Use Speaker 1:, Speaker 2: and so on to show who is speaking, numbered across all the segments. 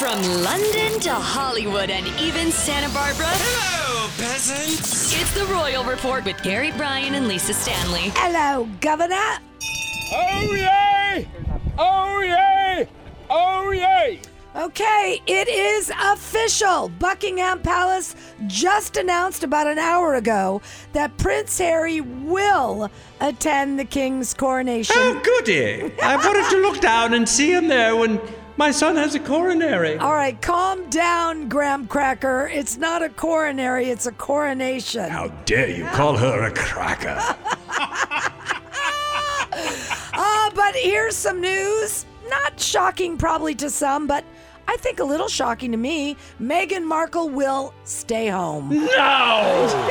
Speaker 1: From London to Hollywood and even Santa Barbara,
Speaker 2: Hello, peasants!
Speaker 1: it's the Royal Report with Gary Bryan and Lisa Stanley.
Speaker 3: Hello, Governor.
Speaker 4: Oh yay! Oh yay! Oh yay!
Speaker 3: Okay, it is official. Buckingham Palace just announced about an hour ago that Prince Harry will attend the King's coronation.
Speaker 2: Oh, goody! I wanted to look down and see him there when my son has a coronary.
Speaker 3: All right, calm down, Graham Cracker. It's not a coronary, it's a coronation.
Speaker 2: How dare you call her a cracker?
Speaker 3: Uh, but here's some news. Not shocking, probably to some, but I think a little shocking to me. Meghan Markle will stay home.
Speaker 2: No!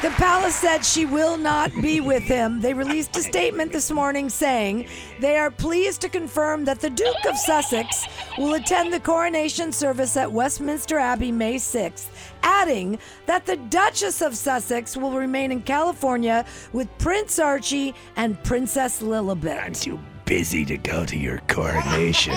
Speaker 3: The palace said she will not be with him. They released a statement this morning saying they are pleased to confirm that the Duke of Sussex will attend the coronation service at Westminster Abbey May 6th, adding that the Duchess of Sussex will remain in California with Prince Archie and Princess Lilibet.
Speaker 5: too busy to go to your coronation.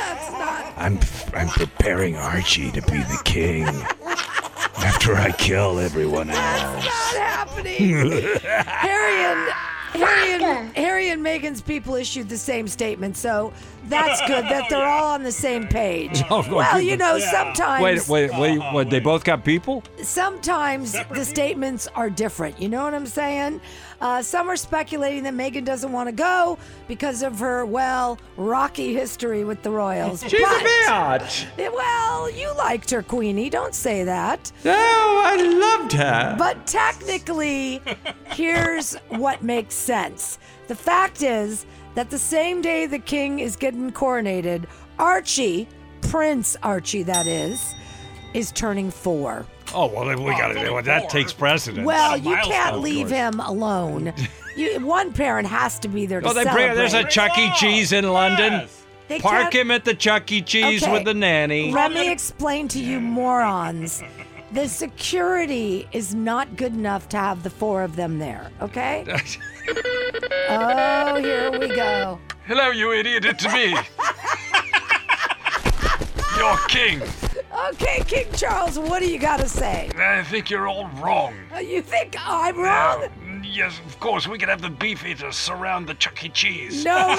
Speaker 5: I'm I'm preparing Archie to be the king after I kill everyone else.
Speaker 3: Not happening. Harry and Harry and Harry and Meghan's people issued the same statement, so that's good that they're all on the same page.
Speaker 6: Oh, my
Speaker 3: well, you know,
Speaker 6: goodness.
Speaker 3: sometimes
Speaker 6: Wait, wait, wait, what, they both got people?
Speaker 3: sometimes the statements are different. You know what I'm saying? Uh, some are speculating that Megan doesn't want to go because of her, well, rocky history with the Royals.
Speaker 2: She's
Speaker 3: But-
Speaker 2: a biatch!
Speaker 3: Eh, Well, you liked her, Queenie. Don't say that.
Speaker 2: No, Oh, I loved her.
Speaker 3: But technically, here's what makes sense. The fact is that the same day the king is getting coronated, Archie, Prince Archie, that is, is turning four.
Speaker 6: Oh, well, then we got to well, that takes precedence.
Speaker 3: Well, you can't leave him alone. You, one parent has to be there to
Speaker 6: Oh, they
Speaker 3: celebrate.
Speaker 6: bring, there's a Chuck E. Cheese in London.
Speaker 3: They
Speaker 6: Park
Speaker 3: can't-
Speaker 6: him at the Chuck E. Cheese
Speaker 3: Okay.
Speaker 6: with the nanny.
Speaker 3: Let me explain to you morons. The security is not good enough to have the four of them there, okay? oh, here we go.
Speaker 6: Hello, you idiot, it's me. You're king.
Speaker 3: Okay, King Charles, what do you got to say?
Speaker 6: I think you're all wrong. Uh,
Speaker 3: Uh, You think I'm wrong?
Speaker 6: Yes, of course, we could have the beef eaters surround the Chuck E. Cheese.
Speaker 3: No,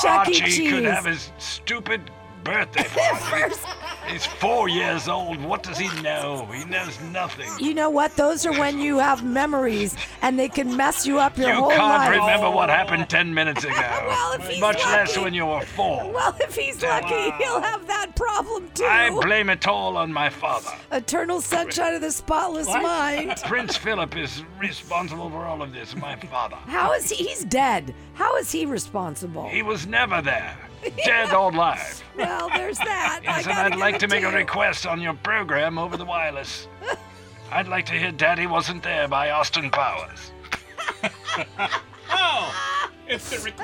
Speaker 3: Chuck E. Cheese.
Speaker 6: his stupid birthday party. He's four years old. What does he know? He knows nothing.
Speaker 3: You know what? Those are when you have memories and they can mess you up your
Speaker 6: You
Speaker 3: whole
Speaker 6: can't
Speaker 3: life.
Speaker 6: remember what happened ten minutes ago.
Speaker 3: Well, if he's
Speaker 6: Much less
Speaker 3: lucky.
Speaker 6: when you were four.
Speaker 3: Well, if he's lucky, he'll have that problem too.
Speaker 6: I blame it all on my father.
Speaker 3: Eternal sunshine of the spotless mind.
Speaker 6: Prince Philip is responsible for all of this, my father.
Speaker 3: How is he? He's dead. How is he responsible?
Speaker 6: He was never there, dead or alive.
Speaker 3: well, there's that. I
Speaker 6: Yes, and
Speaker 3: gotta
Speaker 6: I'd
Speaker 3: give
Speaker 6: like
Speaker 3: it
Speaker 6: to make a
Speaker 3: you.
Speaker 6: request on your program over the wireless. I'd like to hear Daddy Wasn't There by Austin Powers.
Speaker 2: It's the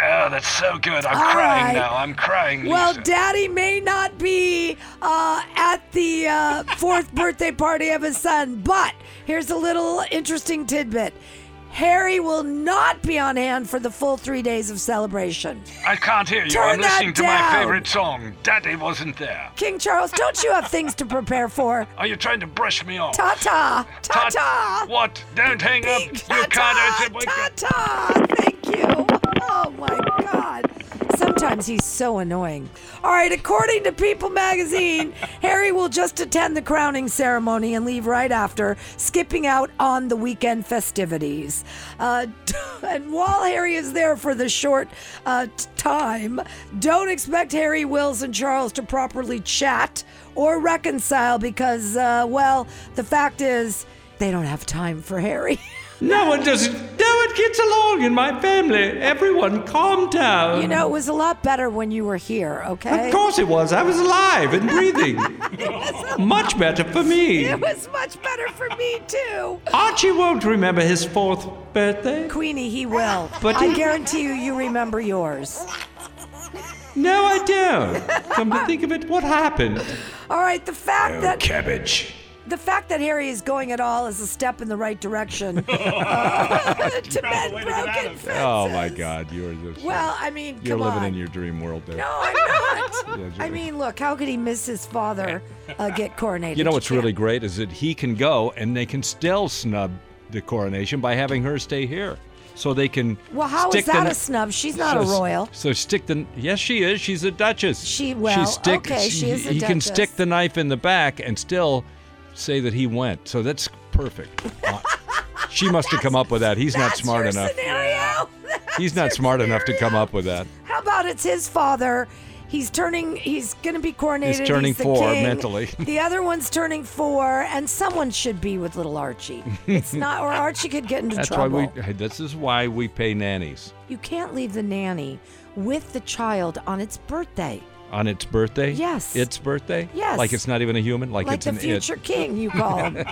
Speaker 6: Oh, that's so good. I'm
Speaker 3: All
Speaker 6: crying
Speaker 3: right.
Speaker 6: now. I'm crying.
Speaker 3: Well,
Speaker 6: Lisa.
Speaker 3: Daddy may not be uh, at the uh, fourth birthday party of his son, but here's a little interesting tidbit. Harry will not be on hand for the full three days of celebration.
Speaker 6: I can't hear you.
Speaker 3: Turn
Speaker 6: I'm
Speaker 3: that
Speaker 6: listening to
Speaker 3: down.
Speaker 6: my favorite song, Daddy Wasn't There.
Speaker 3: King Charles, don't you have things to prepare for?
Speaker 6: Are you trying to brush me off?
Speaker 3: Ta ta! Ta
Speaker 6: Tut-
Speaker 3: ta!
Speaker 6: What? Don't hang up.
Speaker 3: Big
Speaker 6: You can't answer.
Speaker 3: ta-ta, ta-ta. Thank you. Oh my God. Sometimes he's so annoying. All right, according to People magazine, Harry will just attend the crowning ceremony and leave right after, skipping out on the weekend festivities. Uh, and while Harry is there for the short uh, t- time, don't expect Harry, Wills, and Charles to properly chat or reconcile because, uh, well, the fact is, they don't have time for Harry.
Speaker 2: No one doesn't. No one gets along in my family. Everyone, calm down.
Speaker 3: You know, it was a lot better when you were here, okay?
Speaker 2: Of course it was. I was alive and breathing. Much better for me.
Speaker 3: It was much better for me, too.
Speaker 2: Archie won't remember his fourth birthday.
Speaker 3: Queenie, he will.
Speaker 2: But-
Speaker 3: I guarantee you, you remember yours.
Speaker 2: No, I don't. Come to think of it, what happened?
Speaker 3: All right, the fact
Speaker 5: Oh,
Speaker 3: that
Speaker 5: cabbage.
Speaker 3: the fact that Harry is going at all is a step in the right direction uh, to mend
Speaker 7: way to get out
Speaker 3: broken
Speaker 7: of
Speaker 3: fences.
Speaker 2: Oh my God, you are just
Speaker 3: Well, I mean,
Speaker 2: you're
Speaker 3: come
Speaker 2: living
Speaker 3: on.
Speaker 2: in your dream world there.
Speaker 3: No, I'm not.
Speaker 2: Yeah,
Speaker 3: I
Speaker 2: Jerry.
Speaker 3: mean, look, how could he miss his father uh, get coronated?
Speaker 2: You know what's
Speaker 3: can't.
Speaker 2: really great is that he can go and they can still snub the coronation by having her stay here. So they can.
Speaker 3: Well, how is
Speaker 2: stick
Speaker 3: that
Speaker 2: the,
Speaker 3: a snub? She's not
Speaker 2: so
Speaker 3: a
Speaker 2: s-
Speaker 3: royal.
Speaker 2: So stick the. Yes, she is. She's a duchess.
Speaker 3: She- well, okay, she is a
Speaker 2: He can
Speaker 3: duchess.
Speaker 2: stick the knife in the back and still say that he went. So that's perfect. Uh, she must have come up with that. He's not
Speaker 3: That's
Speaker 2: smart
Speaker 3: your
Speaker 2: enough.
Speaker 3: Scenario.
Speaker 2: He's not smart enough to come up with that.
Speaker 3: How about it's his father? He's turning. He's going to be coronated.
Speaker 2: turning
Speaker 3: the
Speaker 2: four
Speaker 3: king.
Speaker 2: mentally.
Speaker 3: The other one's turning four, and someone should be with little Archie. It's not, or Archie could get into
Speaker 2: That's why
Speaker 3: trouble.
Speaker 2: we. This is why we pay nannies
Speaker 3: You can't leave the nanny with the child on its birthday.
Speaker 2: on its birthday.
Speaker 3: Yes.
Speaker 2: Its birthday.
Speaker 3: Yes.
Speaker 2: Like it's not even a human. Like,
Speaker 3: Like
Speaker 2: it's
Speaker 3: the
Speaker 2: an it.
Speaker 3: future king, you call him.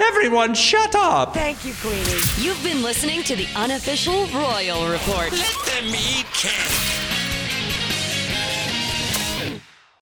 Speaker 8: Everyone, shut up!
Speaker 3: Thank you, Queenie.
Speaker 9: You've been listening to the unofficial Royal Report.
Speaker 10: Let them eat cake.